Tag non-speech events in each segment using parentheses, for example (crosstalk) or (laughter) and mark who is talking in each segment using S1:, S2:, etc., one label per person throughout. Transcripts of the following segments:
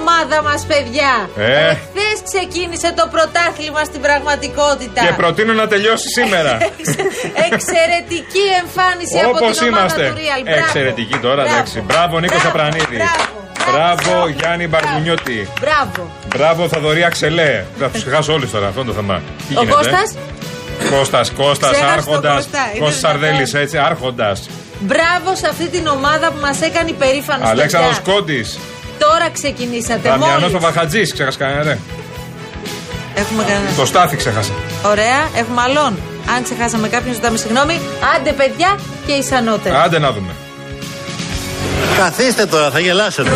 S1: ομάδα μας, παιδιά.
S2: Ε.
S1: Χθε ξεκίνησε το πρωτάθλημα στην πραγματικότητα.
S2: Και προτείνω να τελειώσει σήμερα.
S1: (laughs) Εξαιρετική εμφάνιση από
S2: Όπως
S1: την ομάδα
S2: είμαστε.
S1: του Real. Μπράβο.
S2: Εξαιρετική τώρα,
S1: Μπράβο.
S2: εντάξει. Μπράβο, Νίκος
S1: Μπράβο,
S2: Σαπρανίδη.
S1: Μπράβο,
S2: Μπράβο, Γιάννη
S1: Μπράβο.
S2: Μπαρμουνιώτη.
S1: Μπράβο.
S2: Μπράβο, Θαδωρή Αξελέ. Θα τους ξεχάσω όλους τώρα, αυτό είναι το θέμα. Τι
S1: Ο
S2: γίνεται,
S1: Κώστας.
S2: ε? Κώστας, Κώστας,
S1: Ξέχασε τον
S2: Άρχοντας.
S1: Κώστα, είναι
S2: Κώστας
S1: δυνατόν.
S2: Αρδέλη, έτσι, Άρχοντας.
S1: Μπράβο σε αυτή την ομάδα που μας έκανε υπερήφανος.
S2: Αλέξανδρος Κόντης.
S1: Τώρα ξεκινήσατε.
S2: Δαμιανό
S1: Μόλις.
S2: ο Βαχατζής, ξέχασε κανένα, ρε.
S1: Έχουμε κανένα.
S2: Το Στάθη ξέχασε.
S1: Ωραία, έχουμε άλλον. Αν ξεχάσαμε κάποιον, ζητάμε συγγνώμη. Άντε, παιδιά και ισανότερα.
S2: Άντε να δούμε.
S3: Καθίστε τώρα, θα γελάσετε.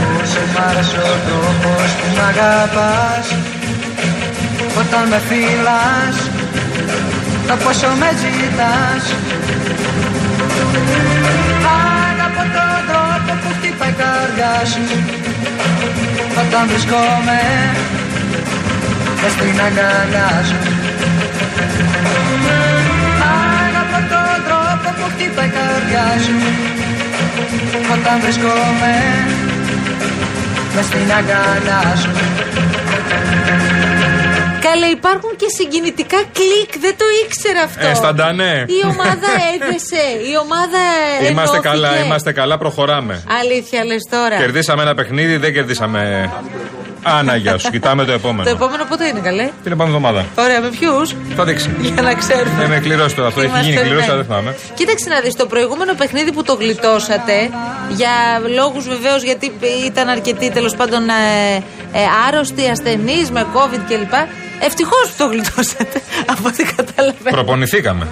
S4: Πώς σε χάρασε ο τρόπος που μ' αγαπάς Όταν με φυλάς Το πόσο με ζητάς Αγαπώ τον τρόπο που χτυπάει η καρδιά σου Όταν βρισκόμαι Μες στην αγκαλιά σου Αγαπώ τον τρόπο που χτυπάει η καρδιά σου Όταν βρισκόμαι μες στην αγκαλιά σου
S1: Καλέ, υπάρχουν και συγκινητικά κλικ. Δεν το ήξερα αυτό.
S2: Ε, σταντανέ.
S1: Η ομάδα έδεσε. Η ομάδα
S2: Είμαστε
S1: ενώθηκε.
S2: καλά, είμαστε καλά,
S1: Ναι.
S2: προχωράμε.
S1: Αλήθεια λες τώρα.
S2: Κερδίσαμε ένα παιχνίδι, δεν κερδίσαμε. Άνα, γεια σου. Κοιτάμε το
S1: Το
S2: επόμενο.
S1: επόμενο πότε είναι, καλέ.
S2: Την επόμενη εβδομάδα.
S1: Ωραία, με ποιους.
S2: Θα δείξει.
S1: Για να ξέρουμε.
S2: Ε, με κληρώσεις τώρα αυτό. Έχει
S1: Είμαστε
S2: γίνει κληρώσει, αλλά δεν
S1: ορμένοι.
S2: θυμάμαι.
S1: Κοίταξε να δεις το προηγούμενο παιχνίδι που το γλιτώσατε. Για λόγους βεβαίως γιατί ήταν αρκετοί τέλος πάντων ε, ε, άρρωστοι, ασθενείς με COVID κλπ. Ευτυχώς που το γλιτώσατε. (laughs) Από ό,τι κατάλαβα.
S2: Προπονηθήκαμε.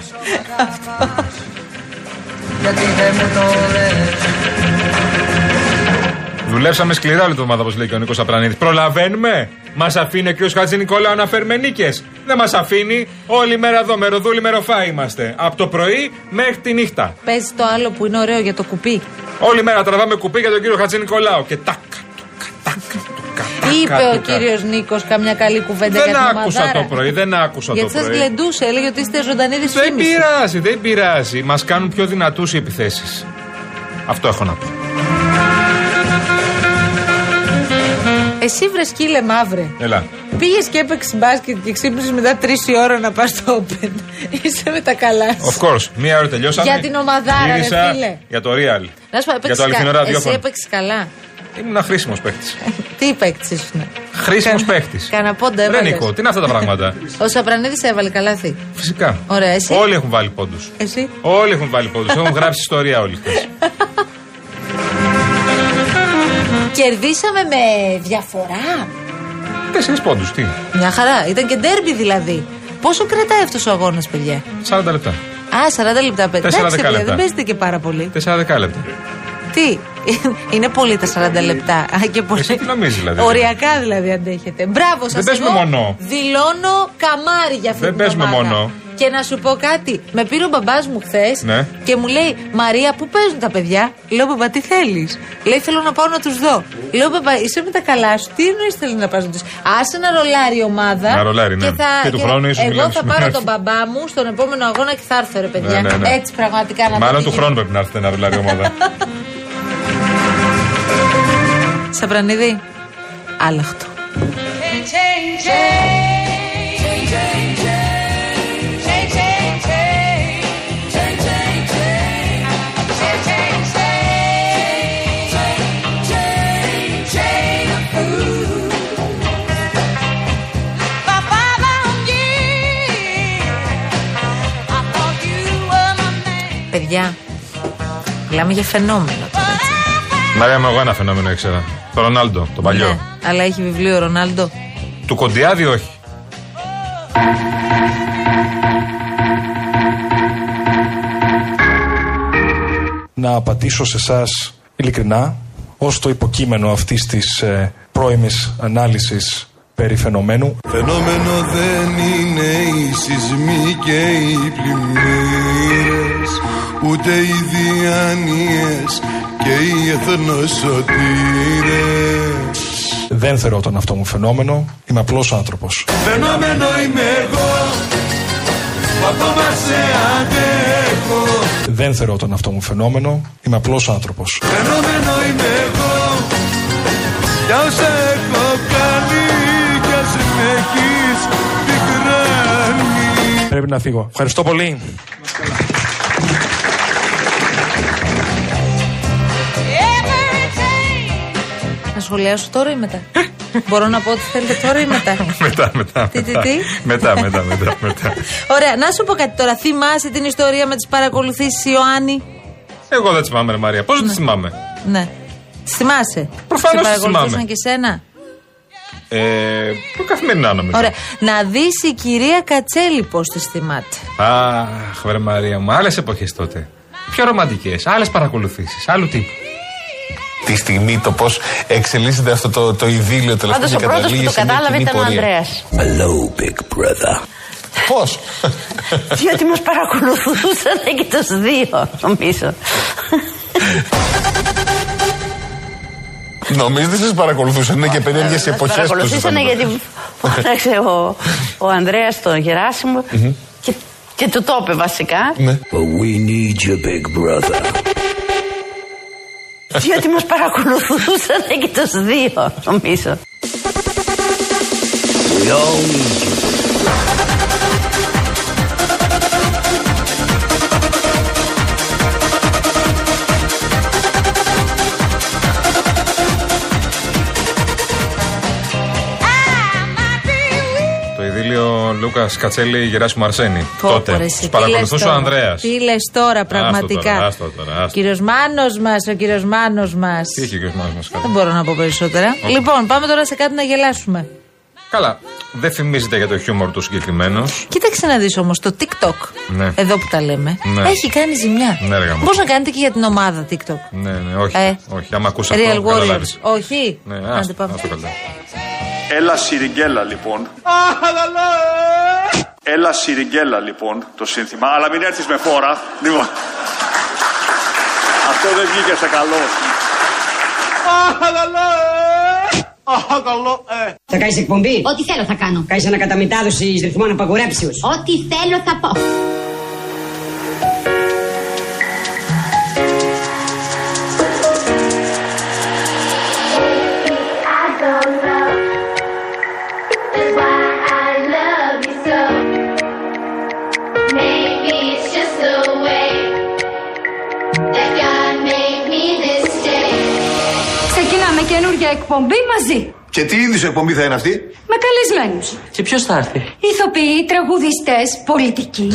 S4: γιατί δεν μου το λες
S2: Δουλέψαμε σκληρά όλη την εβδομάδα, όπω λέει και ο Νίκος Απρανίδης. Προλαβαίνουμε. Μας αφήνει ο κ. Χατζη Νικολάου να φέρουμε νίκες. Δεν μας αφήνει. Όλη μέρα εδώ, μεροδούλη, μεροφά είμαστε. Από το πρωί μέχρι τη νύχτα.
S1: Παίζει το άλλο που είναι ωραίο για το κουπί.
S2: Όλη μέρα τραβάμε κουπί για τον κύριο Χατζη Νικολάου. Και τάκα, τουκα, τάκα, τουκα, τάκα,
S1: Είπε ο
S2: τουκα.
S1: κύριος Νίκος καμιά καλή κουβέντα
S2: Δεν
S1: για την
S2: άκουσα το
S1: ομαδάρα.
S2: πρωί, δεν άκουσα
S1: Γιατί
S2: το
S1: σας
S2: πρωί.
S1: γλεντούσε, έλεγε ότι είστε ζωντανή τη
S2: Δεν πειράζει, δεν πειράζει. Μας κάνουν πιο δυνατούς οι επιθέσεις. Αυτό έχω να πω.
S1: Εσύ βρες σκύλε μαύρε.
S2: Έλα.
S1: Πήγες και έπαιξες μπάσκετ και ξύπνησες μετά τρεις η ώρα να πας στο Open. (laughs) Είσαι με τα καλά. σου.
S2: Of course, μία ώρα τελειώσαμε.
S1: Για την ομαδάρα, ρε
S2: Γύρισα
S1: φίλε.
S2: Για το real.
S1: Να σου πω,
S2: για
S1: έπαιξε
S2: το αληθινό
S1: καλά. Εσύ
S2: ραδιόφωνο.
S1: έπαιξες καλά.
S2: Ήμουν χρήσιμο παίχτη.
S1: Τι παίκτης ήσουν.
S2: Χρήσιμος παίχτη.
S1: Κάνα πόντα
S2: Ρε
S1: έβαλες.
S2: Νίκο, τι είναι αυτά τα πράγματα.
S1: Ο Σαπρανίδης έβαλε καλάθι.
S2: Φυσικά.
S1: Ωραία, εσύ.
S2: Όλοι έχουν βάλει πόντους.
S1: Εσύ.
S2: Όλοι έχουν βάλει πόντους. έχουν γράψει ιστορία όλοι χθες.
S1: Κερδίσαμε με διαφορά.
S2: Τέσσερις πόντους, τι.
S1: Μια χαρά. Ήταν και ντέρμπι δηλαδή. Πόσο κρατάει αυτός ο αγώνας, παιδιά.
S2: 40 λεπτά.
S1: Α, 40 λεπτά παιδιά.
S2: Τέσσερα
S1: Εντάξει,
S2: δεκάλεπτα.
S1: παιδιά, δεν παίζετε και πάρα πολύ.
S2: 4 δεκάλεπτα.
S1: Τι, (laughs) είναι πολύ τα 40 λεπτά. Α, και πολύ.
S2: Ε, Εσύ τι νομίζεις, δηλαδή.
S1: Οριακά δηλαδή αντέχετε. Μπράβο σα.
S2: Δεν παίζουμε μόνο.
S1: Δηλώνω καμάρι για αυτή
S2: Δεν
S1: την
S2: παίζουμε
S1: ομάδα.
S2: μόνο.
S1: Και να σου πω κάτι. Με πήρε ο μπαμπάς μου χθες
S2: Ναι.
S1: και μου λέει Μαρία, πού παίζουν τα παιδιά. Λέω μπαμπά, τι θέλεις. Λέει θέλω να πάω να τους δω. Λέω μπαμπά, είσαι με τα καλά σου. Τι εννοείς θέλεις να πας να τους. Άσε να ρολάρει η ομάδα.
S2: Να ρολάρει, ναι.
S1: Και, θα,
S2: Και του χρόνου ίσως
S1: Εγώ
S2: μιλάμε
S1: θα
S2: σήμερα.
S1: πάρω τον μπαμπά μου στον επόμενο αγώνα και θα έρθω ρε παιδιά.
S2: Ναι, ναι, ναι.
S1: Έτσι πραγματικά να
S2: Μάλλον
S1: δω
S2: του
S1: τι
S2: χρόνου πρέπει να έρθετε να ρολάρει η
S1: (laughs)
S2: ομάδα.
S1: γίνεται. Σαπρανίδη, άλλαχτο. Παιδιά, μιλάμε για φαινόμενο τώρα. έτσι.
S2: Μαρία μου, εγώ ένα φαινόμενο ήξερα. Το Ρονάλντο, το
S1: Ναι,
S2: παλιό.
S1: αλλά έχει βιβλίο ο Ρονάλντο.
S2: Του Κοντιάδη όχι.
S5: να απαντήσω σε εσάς ειλικρινά ως το υποκείμενο αυτής της ε, πρώιμης ανάλυσης περί φαινομένου.
S6: Φαινόμενο δεν είναι οι σεισμοί και οι πλημμύρες ούτε οι διάνοιες και οι εθνοσωτήρες
S5: Δεν θεωρώ τον αυτό μου φαινόμενο. Είμαι απλός άνθρωπος.
S6: Φαινόμενο είμαι εγώ που ακόμα σε αντέχω
S5: Δεν θεωρώ τον αυτό μου φαινόμενο. Είμαι απλός άνθρωπος.
S6: Φαινόμενο είμαι εγώ για όσα έχω κάνει κι ας με έχεις πικράνει
S5: Πρέπει να φύγω. Ευχαριστώ πολύ.
S1: Να σχολιάσω τώρα ή
S2: (laughs)
S1: μετά. Μπορώ να πω ότι θέλετε τώρα ή μετά.
S2: Μετά, μετά.
S1: Τι, τι,
S2: μετά.
S1: τι?
S2: Μετά, μετά, μετά. μετά.
S1: Ωραία, να σου πω κάτι τώρα. Θυμάσαι την ιστορία με τις παρακολουθήσεις Ιωάννη.
S2: Εγώ δεν τη θυμάμαι, ρε Μαρία. Πώς δεν τη θυμάμαι.
S1: Ναι. Τις θυμάσαι.
S2: Προφανώς
S1: Σε
S2: τις
S1: παρακολουθούσαν
S2: θυμάμαι.
S1: και σένα.
S2: Ε, καθημερινά νομίζω.
S1: Ωραία. Να δεις η κυρία Κατσέλη πώς τη θυμάται.
S2: Αχ, βρε Μαρία μου, άλλες εποχές τότε. Πιο ρομαντικές, άλλες παρακολουθήσεις, άλλου τύπου.
S7: τη στιγμή το πώς εξελίσσεται αυτό το, το ειδήλιο τελικά.
S8: Πάντως ο πρώτος που το κατάλαβε ήταν ο Ανδρέας.
S7: Πώς.
S8: Διότι μας (laughs) παρακολουθούσαν Ναι, και τους δύο, νομίζω.
S7: Νομίζω δεν Ναι, σας παρακολουθούσαν. Είναι και περίεργε
S8: Μας
S7: εποχές που
S8: παρακολουθήσανε ναι, γιατί (laughs) φώναξε ο, ο Ανδρέας τον Γεράσιμο και, και του το είπε βασικά.
S7: Ναι.
S8: Διότι μα παρακολουθούσαν ναι, και τους δύο, νομίζω.
S2: Το ειδήλιο Λούκας Κατσέλη Γεράσιμου Αρσένη.
S1: Πω,
S2: τότε.
S1: ρε, εσύ,
S2: Του
S1: τι λες
S2: παρακολουθούσε ο
S1: τώρα.
S2: Ανδρέας.
S1: Τι λες τώρα, πραγματικά.
S2: τώρα, άστο τώρα, άστο.
S1: Κύριος Μάνος μας, ο κύριος Μάνος μας.
S2: Τι είχε και ο Μάνος μας
S1: Δεν
S2: κάνει.
S1: μπορώ να πω περισσότερα. Λοιπόν, πάμε τώρα σε κάτι να γελάσουμε.
S2: Καλά, δεν θυμίζεται για το χιούμορ του συγκεκριμένο.
S1: Κοίταξε να δεις όμως το TikTok.
S2: Ναι.
S1: Εδώ που τα λέμε.
S2: Ναι.
S1: Έχει κάνει ζημιά.
S2: Ναι, ρε γαμώ.
S1: Μπορείς να κάνετε και για την ομάδα TikTok.
S2: Ναι, ναι, όχι.
S1: Ε.
S2: Όχι, άμα ακούσει αυτό,
S1: Real
S2: θα καταλάβεις.
S1: Warriors. Όχι.
S2: Ναι,
S1: Άντε,
S2: άστο,
S1: πάμε.
S2: άστο καλά.
S9: Έλα σιριγκέλα λοιπόν. Έλα σιριγκέλα λοιπόν το σύνθημα, αλλά μην έρθεις με φόρα. Λοιπόν. Αυτό δεν βγήκε σε καλό.
S10: Θα κάνεις εκπομπή.
S11: Ό,τι θέλω θα κάνω.
S10: Κάνεις ανακαταμετάδοση εις ρυθμών απαγορέψεως.
S11: Ό,τι θέλω θα πω.
S10: Ξεκινάμε καινούργια εκπομπή μαζί.
S7: Και τι είδους εκπομπή θα είναι αυτή.
S10: Με καλεσμένους. Και ποιος θα έρθει. Ηθοποιοί, τραγουδιστές, πολιτικοί.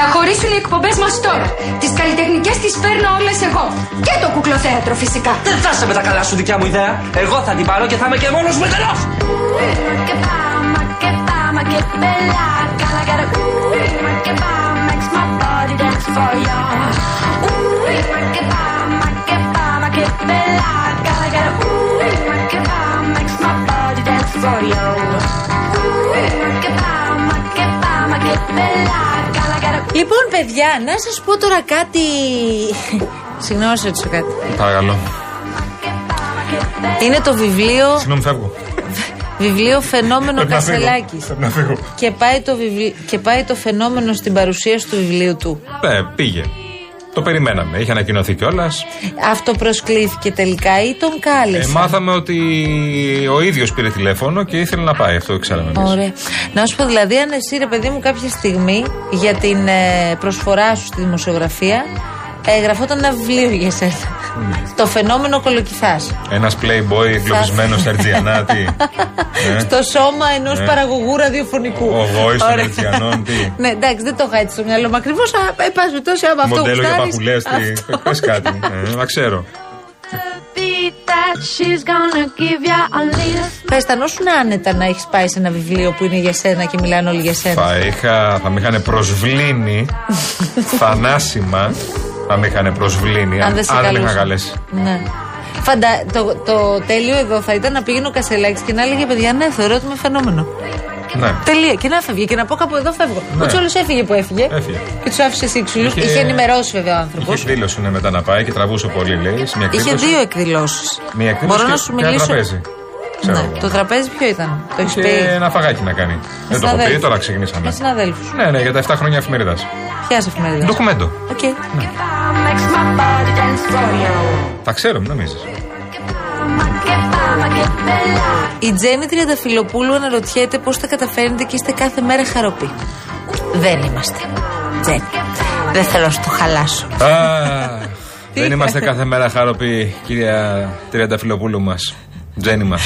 S10: Να χωρίσουν οι εκπομπές μας τώρα. Τις καλλιτεχνικές τις παίρνω όλες εγώ. Και το κουκλοθέατρο φυσικά.
S4: Δεν θα σε με τα καλά σου δικιά μου ιδέα. Εγώ θα την πάρω και θα είμαι και μόνος μου εντελώς.
S10: Και πάμε, και πάμε, και μπελά. Καλά, καλά, ούμα και πάμε. Makes my body dance for ya. Ούμα και πάμε, και πάμε, και μπελά. Καλά, καλά, ούμα και πάμε. Makes my body dance for ya. Ούμα και πάμε, και πάμε, και μπελά. Καλά, καλά,
S1: Λοιπόν, παιδιά, να σας πω τώρα κάτι. (laughs) Συγγνώμη, σε ρωτήσω κάτι.
S2: Παρακαλώ.
S1: Είναι το βιβλίο,
S2: Συγγνώμη, φεύγω.
S1: βιβλίο Φαινόμενο
S2: Πρέπει να φύγω.
S1: Κασελάκης.
S2: Πρέπει να φύγω.
S1: Και πάει, το βιβλι... και πάει το φαινόμενο στην παρουσίαση του βιβλίου του.
S2: Ναι, πήγε. Το περιμέναμε. Είχε ανακοινωθεί κιόλας.
S1: Αυτό προσκλήθηκε τελικά ή τον
S2: Ε,
S1: κάλεσε.
S2: μάθαμε ότι ο ίδιος πήρε τηλέφωνο και ήθελε να πάει. Αυτό ξέραμε εμείς.
S1: Ωραία. Να σου πω δηλαδή, αν εσύ ρε παιδί μου, κάποια στιγμή για την ε, προσφορά σου στη δημοσιογραφία ε, γραφόταν ένα βιβλίο για σένα. Το φαινόμενο κολοκυθάς.
S2: Ένας playboy εγκλωβισμένος
S1: (laughs)
S2: στα Ερτζιανάτη. Ε.
S1: Στο σώμα ενός
S2: Ε.
S1: παραγωγού ραδιοφωνικού.
S2: Ο- ο γόης των
S1: Ωραία.
S2: Ερτζιανών, τι?
S1: ναι, εντάξει, δεν το είχα έτσι στο μυαλό μου ε, ακριβώ. Εν πάση περιπτώσει, άμα αυτό
S2: Μοντέλο για
S1: γουστάρεις,
S2: παχουλέ.
S1: αυτό.
S2: Πες κάτι. Ε, Να ξέρω.
S1: Θα αισθανόσουν άνετα να έχεις πάει σε ένα βιβλίο που είναι για σένα και μιλάνε όλοι για σένα.
S2: Θα, είχα, θα με είχαν
S1: (laughs)
S2: προσβλήνει θανάσιμα. Θα με είχαν προσβλήνει.
S1: Αν δεν σε
S2: με
S1: καλούσαν.
S2: είχαν καλέσει.
S1: Ναι. Φαντα... Το, το τέλειο εδώ θα ήταν να πήγαινε ο Κασελάκης και να έλεγε: Παιδιά, ναι, θεωρώ ότι είμαι φαινόμενο.
S2: Ναι.
S1: Τελεία. Και να φεύγει. Και να πω κάπου εδώ φεύγω.
S2: Ναι.
S1: Ο Τσόλος έφυγε που έφυγε.
S2: Έφυγε.
S1: Και τους άφησε σύξουλου.
S2: Είχε-
S1: Είχε... ενημερώσει βέβαια ο άνθρωπος.
S2: Είχε δήλωση ναι, μετά να πάει και τραβούσε πολύ, λέει. σε Μια
S1: Είχε
S2: εκδήλωση.
S1: δύο εκδηλώσεις.
S2: Μία εκδήλωση
S1: Μπορώ
S2: και-
S1: να σου
S2: και ένα
S1: μιλήσω.
S2: τραπέζι. Ξέρω
S1: Ναι.
S2: εγώ.
S1: Το τραπέζι ποιο ήταν. Το έχεις
S2: Και
S1: πει.
S2: ένα φαγάκι να κάνει. Δεν το έχω πει,
S1: συναδέλφους.
S2: τώρα
S1: Με
S2: ξεκινήσαμε.
S1: συναδέλφου.
S2: Ναι, ναι, για τα 7 χρόνια εφημερίδας.
S1: Ποια εφημερίδας.
S2: Ντοκουμέντο.
S1: Οκ.
S2: Τα ξέρουμε, νομίζεις.
S1: Η Τζέννη Τριανταφυλοπούλου αναρωτιέται πώς τα καταφέρνετε και είστε κάθε μέρα χαροπή. Δεν είμαστε. Τζέννη. Δεν θέλω να σου το χαλάσω.
S2: Δεν είμαστε κάθε μέρα χαροποί, κυρία Τριανταφυλοπούλου μα. Τζέννη μα.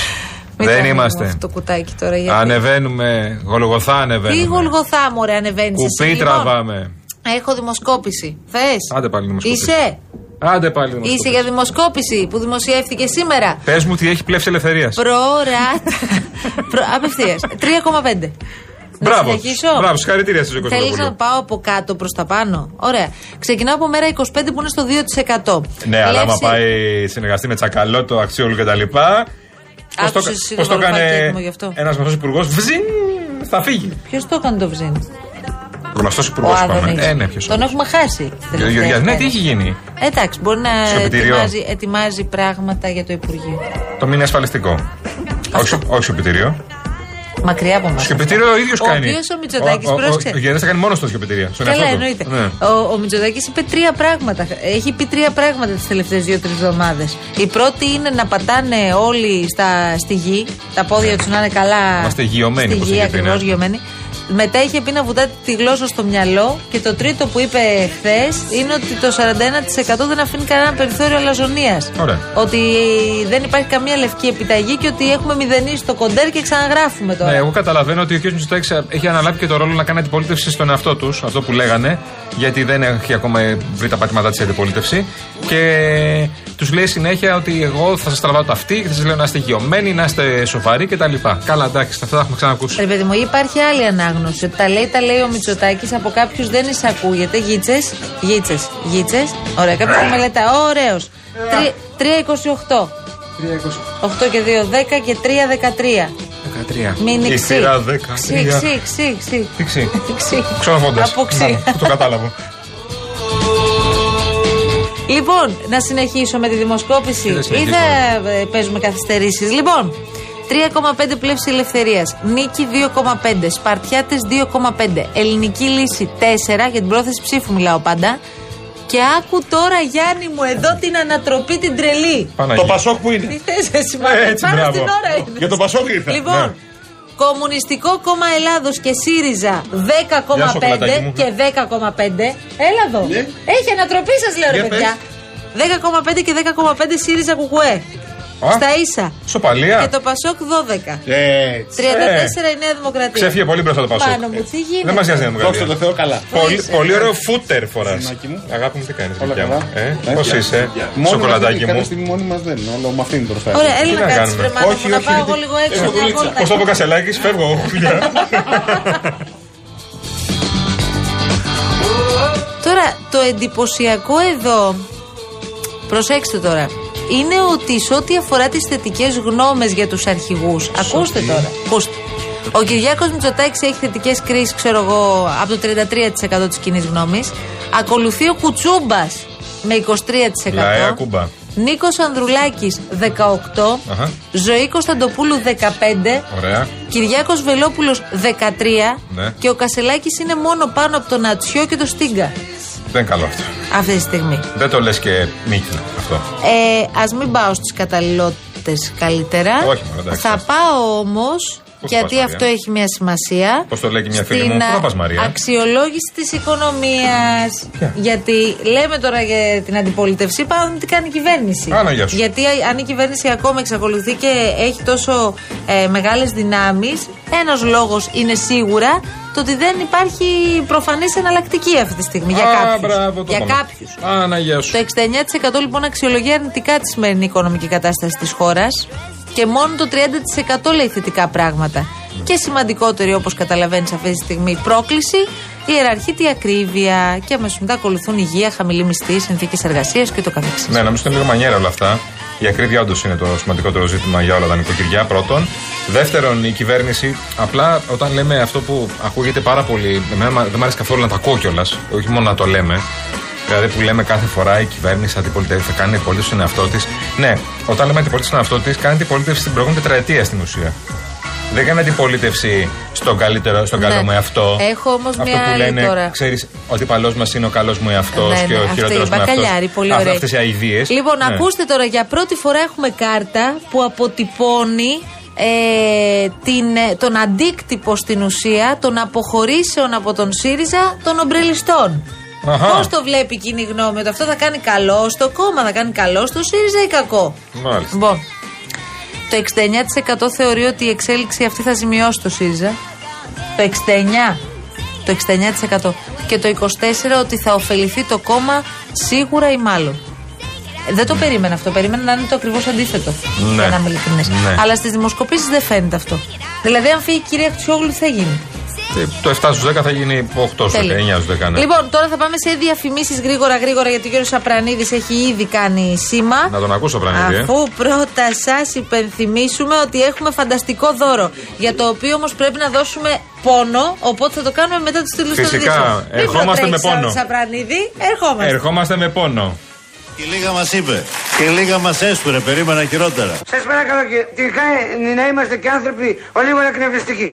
S1: Μην
S2: Δεν
S1: κάνουμε
S2: είμαστε.
S1: Αυτό το κουτάκι τώρα γιατί.
S2: Ανεβαίνουμε, γολγοθά
S1: Τι
S2: ανεβαίνουμε.
S1: γολγοθά μου, ρε, ανεβαίνει.
S2: Κουπί τραβάμε.
S1: λοιπόν. Έχω δημοσκόπηση. Θες.
S2: Άντε πάλι δημοσκόπηση.
S1: Είσαι.
S2: Άντε πάλι δημοσκόπηση.
S1: Είσαι για δημοσκόπηση που δημοσιεύτηκε σήμερα.
S2: Πες μου τι έχει πλέψει ελευθερία. (laughs)
S1: Προοράτα. Προ... Απευθείας. 3,5.
S2: Μπράβο.
S1: Να συνεχίσω.
S2: Μπράβος, συγχαρητήρια στη ζωή
S1: Θέλει να
S2: Κωνσταντοπούλου.
S1: πάω από κάτω προς τα πάνω. Ωραία. Ξεκινάω από μέρα 25 που είναι στο 2%.
S2: Ναι, αλλά άμα
S1: Λέξη-
S2: πάει συνεργαστεί με τσακαλώτο, αξίολου κτλ. Πώς το,
S1: Άκουσες
S2: πώς το
S1: σίγουρα
S2: έκανε
S1: παρακέτημα γι' αυτό.
S2: ένας γνωστό υπουργός, βζιν, θα φύγει.
S1: Ποιος το έκανε το ψήνι.
S2: Γνωστό υπουργό, είπαμε. Ε, ναι, ποιος.
S1: Τον έχουμε χάσει.
S2: Ο Γεωργιάς. Ναι, τι έχει γίνει.
S1: Εντάξει, μπορεί να
S2: Σιωπητήριο.
S1: ετοιμάζει, ετοιμάζει πράγματα για το Υπουργείο.
S2: Το μήνυμα ασφαλιστικό. Όχι, σιω- όχι σιωπητήριο.
S1: Μακριά από μας.
S2: Σιωπητήριο ο ίδιος
S1: Ο
S2: κάνει.
S1: οποίος ο Μητσοτάκης,
S2: Ο- ο- ο-
S1: πρόσεξε.
S2: Ο Γεωργιάς θα κάνει μόνο στο σιωπητήριο. Στον
S1: Καλά,
S2: εαυτό του.
S1: εννοείται.
S2: Ναι.
S1: Ο, ο Μητσοτάκης είπε τρία πράγματα. Έχει πει τρία πράγματα τις τελευταίες δύο-τρει εβδομάδες. Η πρώτη είναι να πατάνε όλοι στα, στη γη, τα πόδια τους να είναι καλά.
S2: Ναι. Είμαστε γειωμένοι,
S1: Στη
S2: όπως
S1: γη,
S2: είχε πει,
S1: ακριβώ
S2: ναι.
S1: γειωμένοι. Μετά είχε πει να βουτάτε τη γλώσσα στο μυαλό. Και το τρίτο που είπε χθες είναι ότι το 41% δεν αφήνει κανένα περιθώριο αλαζονίας.
S2: Ωραία.
S1: Ότι δεν υπάρχει καμία λευκή επιταγή και ότι έχουμε μηδενίσει το κοντέρ και ξαναγράφουμε τώρα.
S2: Ναι, εγώ καταλαβαίνω ότι ο κ. Μητσοτάκης έχει αναλάβει και το ρόλο να κάνει αντιπολίτευση στον εαυτό τους, αυτό που λέγανε, γιατί δεν έχει ακόμα βρει τα πατήματά της η αντιπολίτευση. Και τους λέει συνέχεια ότι εγώ θα σας τραβάω τα αυτή και θα σας λέω να είστε γεωμένοι, να είστε σοβαροί κτλ. Καλά, εντάξει, αυτά τα έχουμε ξανακούσει.
S1: Ρε παιδί μου, υπάρχει άλλη ανάγνωση. Ότι Τα λέει, τα λέει ο Μητσοτάκης, από κάποιους δεν εισακούγεται. Γίτσες, γίτσες, γίτσες. Ωραία, κάποιο το μελετά. Ωραίος. 3,28. 8 και 2, 10 και 3, 13.
S2: 13.
S1: Μην
S2: Η
S1: ξύ.
S2: σειρά
S1: Ξύ,
S2: 13.
S1: ξύ, ξύ, ξύ.
S2: Τι ξύ.
S1: Ξύ.
S2: Ξοροφώντας.
S1: Από ξύ.
S2: Μπράβο, Το κατάλαβα.
S1: Λοιπόν, να συνεχίσω με τη δημοσκόπηση
S2: Δεν
S1: ή
S2: συνεχίζουμε.
S1: θα ε, παίζουμε καθυστερήσεις. Λοιπόν, 3,5 πλεύση ελευθερίας. Νίκη 2,5. Σπαρτιάτε 2,5. Ελληνική λύση 4. Για την πρόθεση ψήφου μιλάω πάντα. Και άκου τώρα Γιάννη μου εδώ την ανατροπή την τρελή.
S2: Παναγία.
S12: Πασόκ που είναι.
S1: Τι θες εσύ μάλλον.
S12: Ε, Έτσι,
S1: Πάνω
S12: μπράβο.
S1: στην ώρα είναι.
S12: Για τον Πασόκ ήρθα.
S1: Λοιπόν,
S12: Ναι.
S1: Κομμουνιστικό Κόμμα Ελλάδος και ΣΥΡΙΖΑ 10,5
S12: Γεια σου, Κολατάκη μου. Ναι.
S1: και 10,5. Έλα εδώ. Έχει ανατροπή σας, λέω ρε
S2: Για πες.
S1: παιδιά. 10,5 και 10,5 ΣΥΡΙΖΑ Κουκουέ.
S2: Α.
S1: Στα ίσα. Και
S2: Σοπαλία.
S1: Ε, το Πασόκ 12. 34
S12: Ε.
S1: η Νέα Δημοκρατία.
S2: Ξέφυγε πολύ μπροστά το Πασόκ.
S1: Πάνω μου, τι γίνεται.
S2: Δεν μας νοιάζει να μου
S12: Δόξα τω Θεώ, καλά.
S2: Πολύ,
S1: Είσαι.
S2: πολύ ωραίο φούτερ φορά. Αγάπη μου, τι κάνεις, δικιά μου.
S12: Ναι.
S2: Πώς είσαι, σοκολατάκι μου.
S12: στιγμή μόνοι μας δεν είναι, όλο με αυτήν μπροστά.
S1: Ωραία, έλα
S2: Τι
S1: να
S2: να
S1: κάτσεις
S2: κάνουμε.
S1: ρε μάνα
S12: Όχι,
S1: μου, να
S12: όχι,
S1: πάω
S12: γιατί-
S1: εγώ λίγο έξω.
S12: Έχω
S1: μια
S12: δουλίτσα.
S1: βόλτα.
S2: Πώ το είπε ο Κασελάκης, φεύγω εγώ. γεια.
S1: Τώρα, το εντυπωσιακό εδώ, προσέξτε τώρα, είναι ότι σε ό,τι αφορά τις θετικές γνώμες για τους αρχηγούς, ακούστε τώρα, ακούστε. Ο Κυριάκος Μητσοτάκης έχει θετικές κρίσεις, ξέρω εγώ, από το 33% της κοινής γνώμης. Ακολουθεί ο Κουτσούμπας με 23%.
S2: Λαέ, ακούμπα.
S1: Νίκος Ανδρουλάκης 18,
S2: Αχα.
S1: Ζωή Κωνσταντοπούλου 15,
S2: Ωραία.
S1: Κυριάκος Βελόπουλος 13
S2: Ναι.
S1: και ο Κασελάκης είναι μόνο πάνω από τον Ατσιό και το Στίγκα
S2: Δεν είναι καλό αυτό.
S1: αυτή τη στιγμή.
S2: Δεν το λες και Μίκη αυτό.
S1: Ε, ας μην πάω στις καταλληλότητες καλύτερα.
S2: Όχι, μωρέ, εντάξει.
S1: Θα πάω όμως,
S2: Πού θα
S1: γιατί
S2: πας,
S1: αυτό
S2: Μαρία?
S1: έχει μια σημασία.
S2: Πώς το λέει και μια φίλη
S1: στην,
S2: μου, πού θα
S1: α,
S2: πας, Μαρία?
S1: Αξιολόγηση της οικονομίας. Γιατί λέμε τώρα για την αντιπολίτευση, πάμε να δούμε τι κάνει η κυβέρνηση.
S2: Άνα, ναι, γεια σου.
S1: Γιατί α- αν η κυβέρνηση ακόμα εξακολουθεί και έχει τόσο ε, μεγάλες δυνάμεις, ένας λόγος είναι σίγουρα το ότι δεν υπάρχει προφανής εναλλακτική αυτή τη στιγμή για
S2: Α,
S1: κάποιους.
S2: μπράβο, το
S1: για
S2: πάμε.
S1: κάποιους.
S2: Άνα, γεια σου.
S1: Το 69% λοιπόν αξιολογεί αρνητικά τη σημερινή οικονομική κατάσταση της χώρας και μόνο το 30% λέει θετικά πράγματα. Και σημαντικότερη, όπως καταλαβαίνεις αυτή τη στιγμή, πρόκληση ιεραρχεί τη ακρίβεια. Και αμέσως μετά ακολουθούν υγεία, χαμηλή μισθή, συνθήκες εργασίας και το καθεξής.
S2: Ναι, νομίζω ότι είναι λίγο μανιέρα όλα αυτά. Η ακρίβεια όντως είναι το σημαντικότερο ζήτημα για όλα τα νοικοκυριά. Πρώτον. Δεύτερον, η κυβέρνηση, απλά όταν λέμε αυτό που ακούγεται πάρα πολύ, εμένα μα- δεν μου αρέσει καθόλου να τα ακούω κιόλας, όχι μόνο να το λέμε. Δηλαδή που λέμε κάθε φορά η κυβέρνηση αντιπολιτεύει, θα κάνει αντιπολίτευση στον εαυτό της. Ναι, όταν λέμε αντιπολίτευση στον εαυτό της, κάνει αντιπολίτευση στην προηγούμενη τετραετία στην ουσία. Δεν κάνει αντιπολίτευση στον καλύτερο, στον καλό
S1: Ναι.
S2: μου εαυτό.
S1: Έχω όμως
S2: Αυτό
S1: μια
S2: που
S1: άλλη
S2: λένε,
S1: τώρα.
S2: ξέρεις, ο αντιπαλό μας είναι ο καλός μου εαυτός
S1: Ναι,
S2: και
S1: ναι,
S2: ο
S1: αυτή η
S2: χειρότερο μου
S1: μπακαλιάρη, πολύ
S2: εαυτό.
S1: ωραία.
S2: Αυτές οι Ναι. αειδίε.
S1: Λοιπόν, ακούστε τώρα, για πρώτη φορά έχουμε κάρτα που αποτυπώνει ε, την, ε, τον αντίκτυπο στην ουσία των αποχωρήσεων από τον ΣΥΡΙΖΑ των ομπρελιστών.
S2: Αχα.
S1: Πώς το βλέπει η κοινή γνώμη ότι αυτό θα κάνει καλό στο κόμμα, θα κάνει καλό στο ΣΥΡΙΖΑ ή κακό.
S2: Μάλιστα.
S1: Λοιπόν, το 69% θεωρεί ότι η εξέλιξη αυτή θα ζημιώσει το ΣΥΡΙΖΑ. Το 69%. Το 69%. Και το 24% ότι θα ωφεληθεί το κόμμα σίγουρα ή μάλλον. Ε, Δεν το περίμενα αυτό. Περίμενα να είναι το ακριβώς αντίθετο.
S10: Ναι.
S1: Για να είμαι ειλικρινής.
S2: Ναι.
S1: Αλλά στις δημοσκοπήσεις δεν φαίνεται αυτό. Δηλαδή, αν φύγει η κυρία Χρυσόγλου, τι θα γίνει.
S2: Ε, Το 7 στου 10 θα γίνει 8 στους 10, 9
S1: Τέλεια.
S2: στου 10. ναι.
S1: Λοιπόν, τώρα θα πάμε σε διαφημίσεις γρήγορα, γρήγορα, γιατί ο κύριος Απρανίδης έχει ήδη κάνει σήμα.
S2: Να τον ακούσω, Πρανίδη. ε.
S1: Αφού πρώτα σας υπενθυμίσουμε ότι έχουμε φανταστικό δώρο. Για το οποίο όμως πρέπει να δώσουμε πόνο. Οπότε θα το κάνουμε μετά τους τίτλου των
S2: Φυσικά.
S1: ειδήσεων. Μην
S2: Ερχόμαστε με
S1: προτρέξεις,
S2: πόνο.
S1: Σαπρανίδη, ερχόμαστε.
S2: Ερχόμαστε με πόνο.
S3: Η Λίγα μας είπε. Και η Λίγα μας έστουρε. Περίμενα χειρότερα.
S13: Σας παρακαλώ και τελικά ε, να είμαστε και άνθρωποι ο λίγο εκνευριστικοί.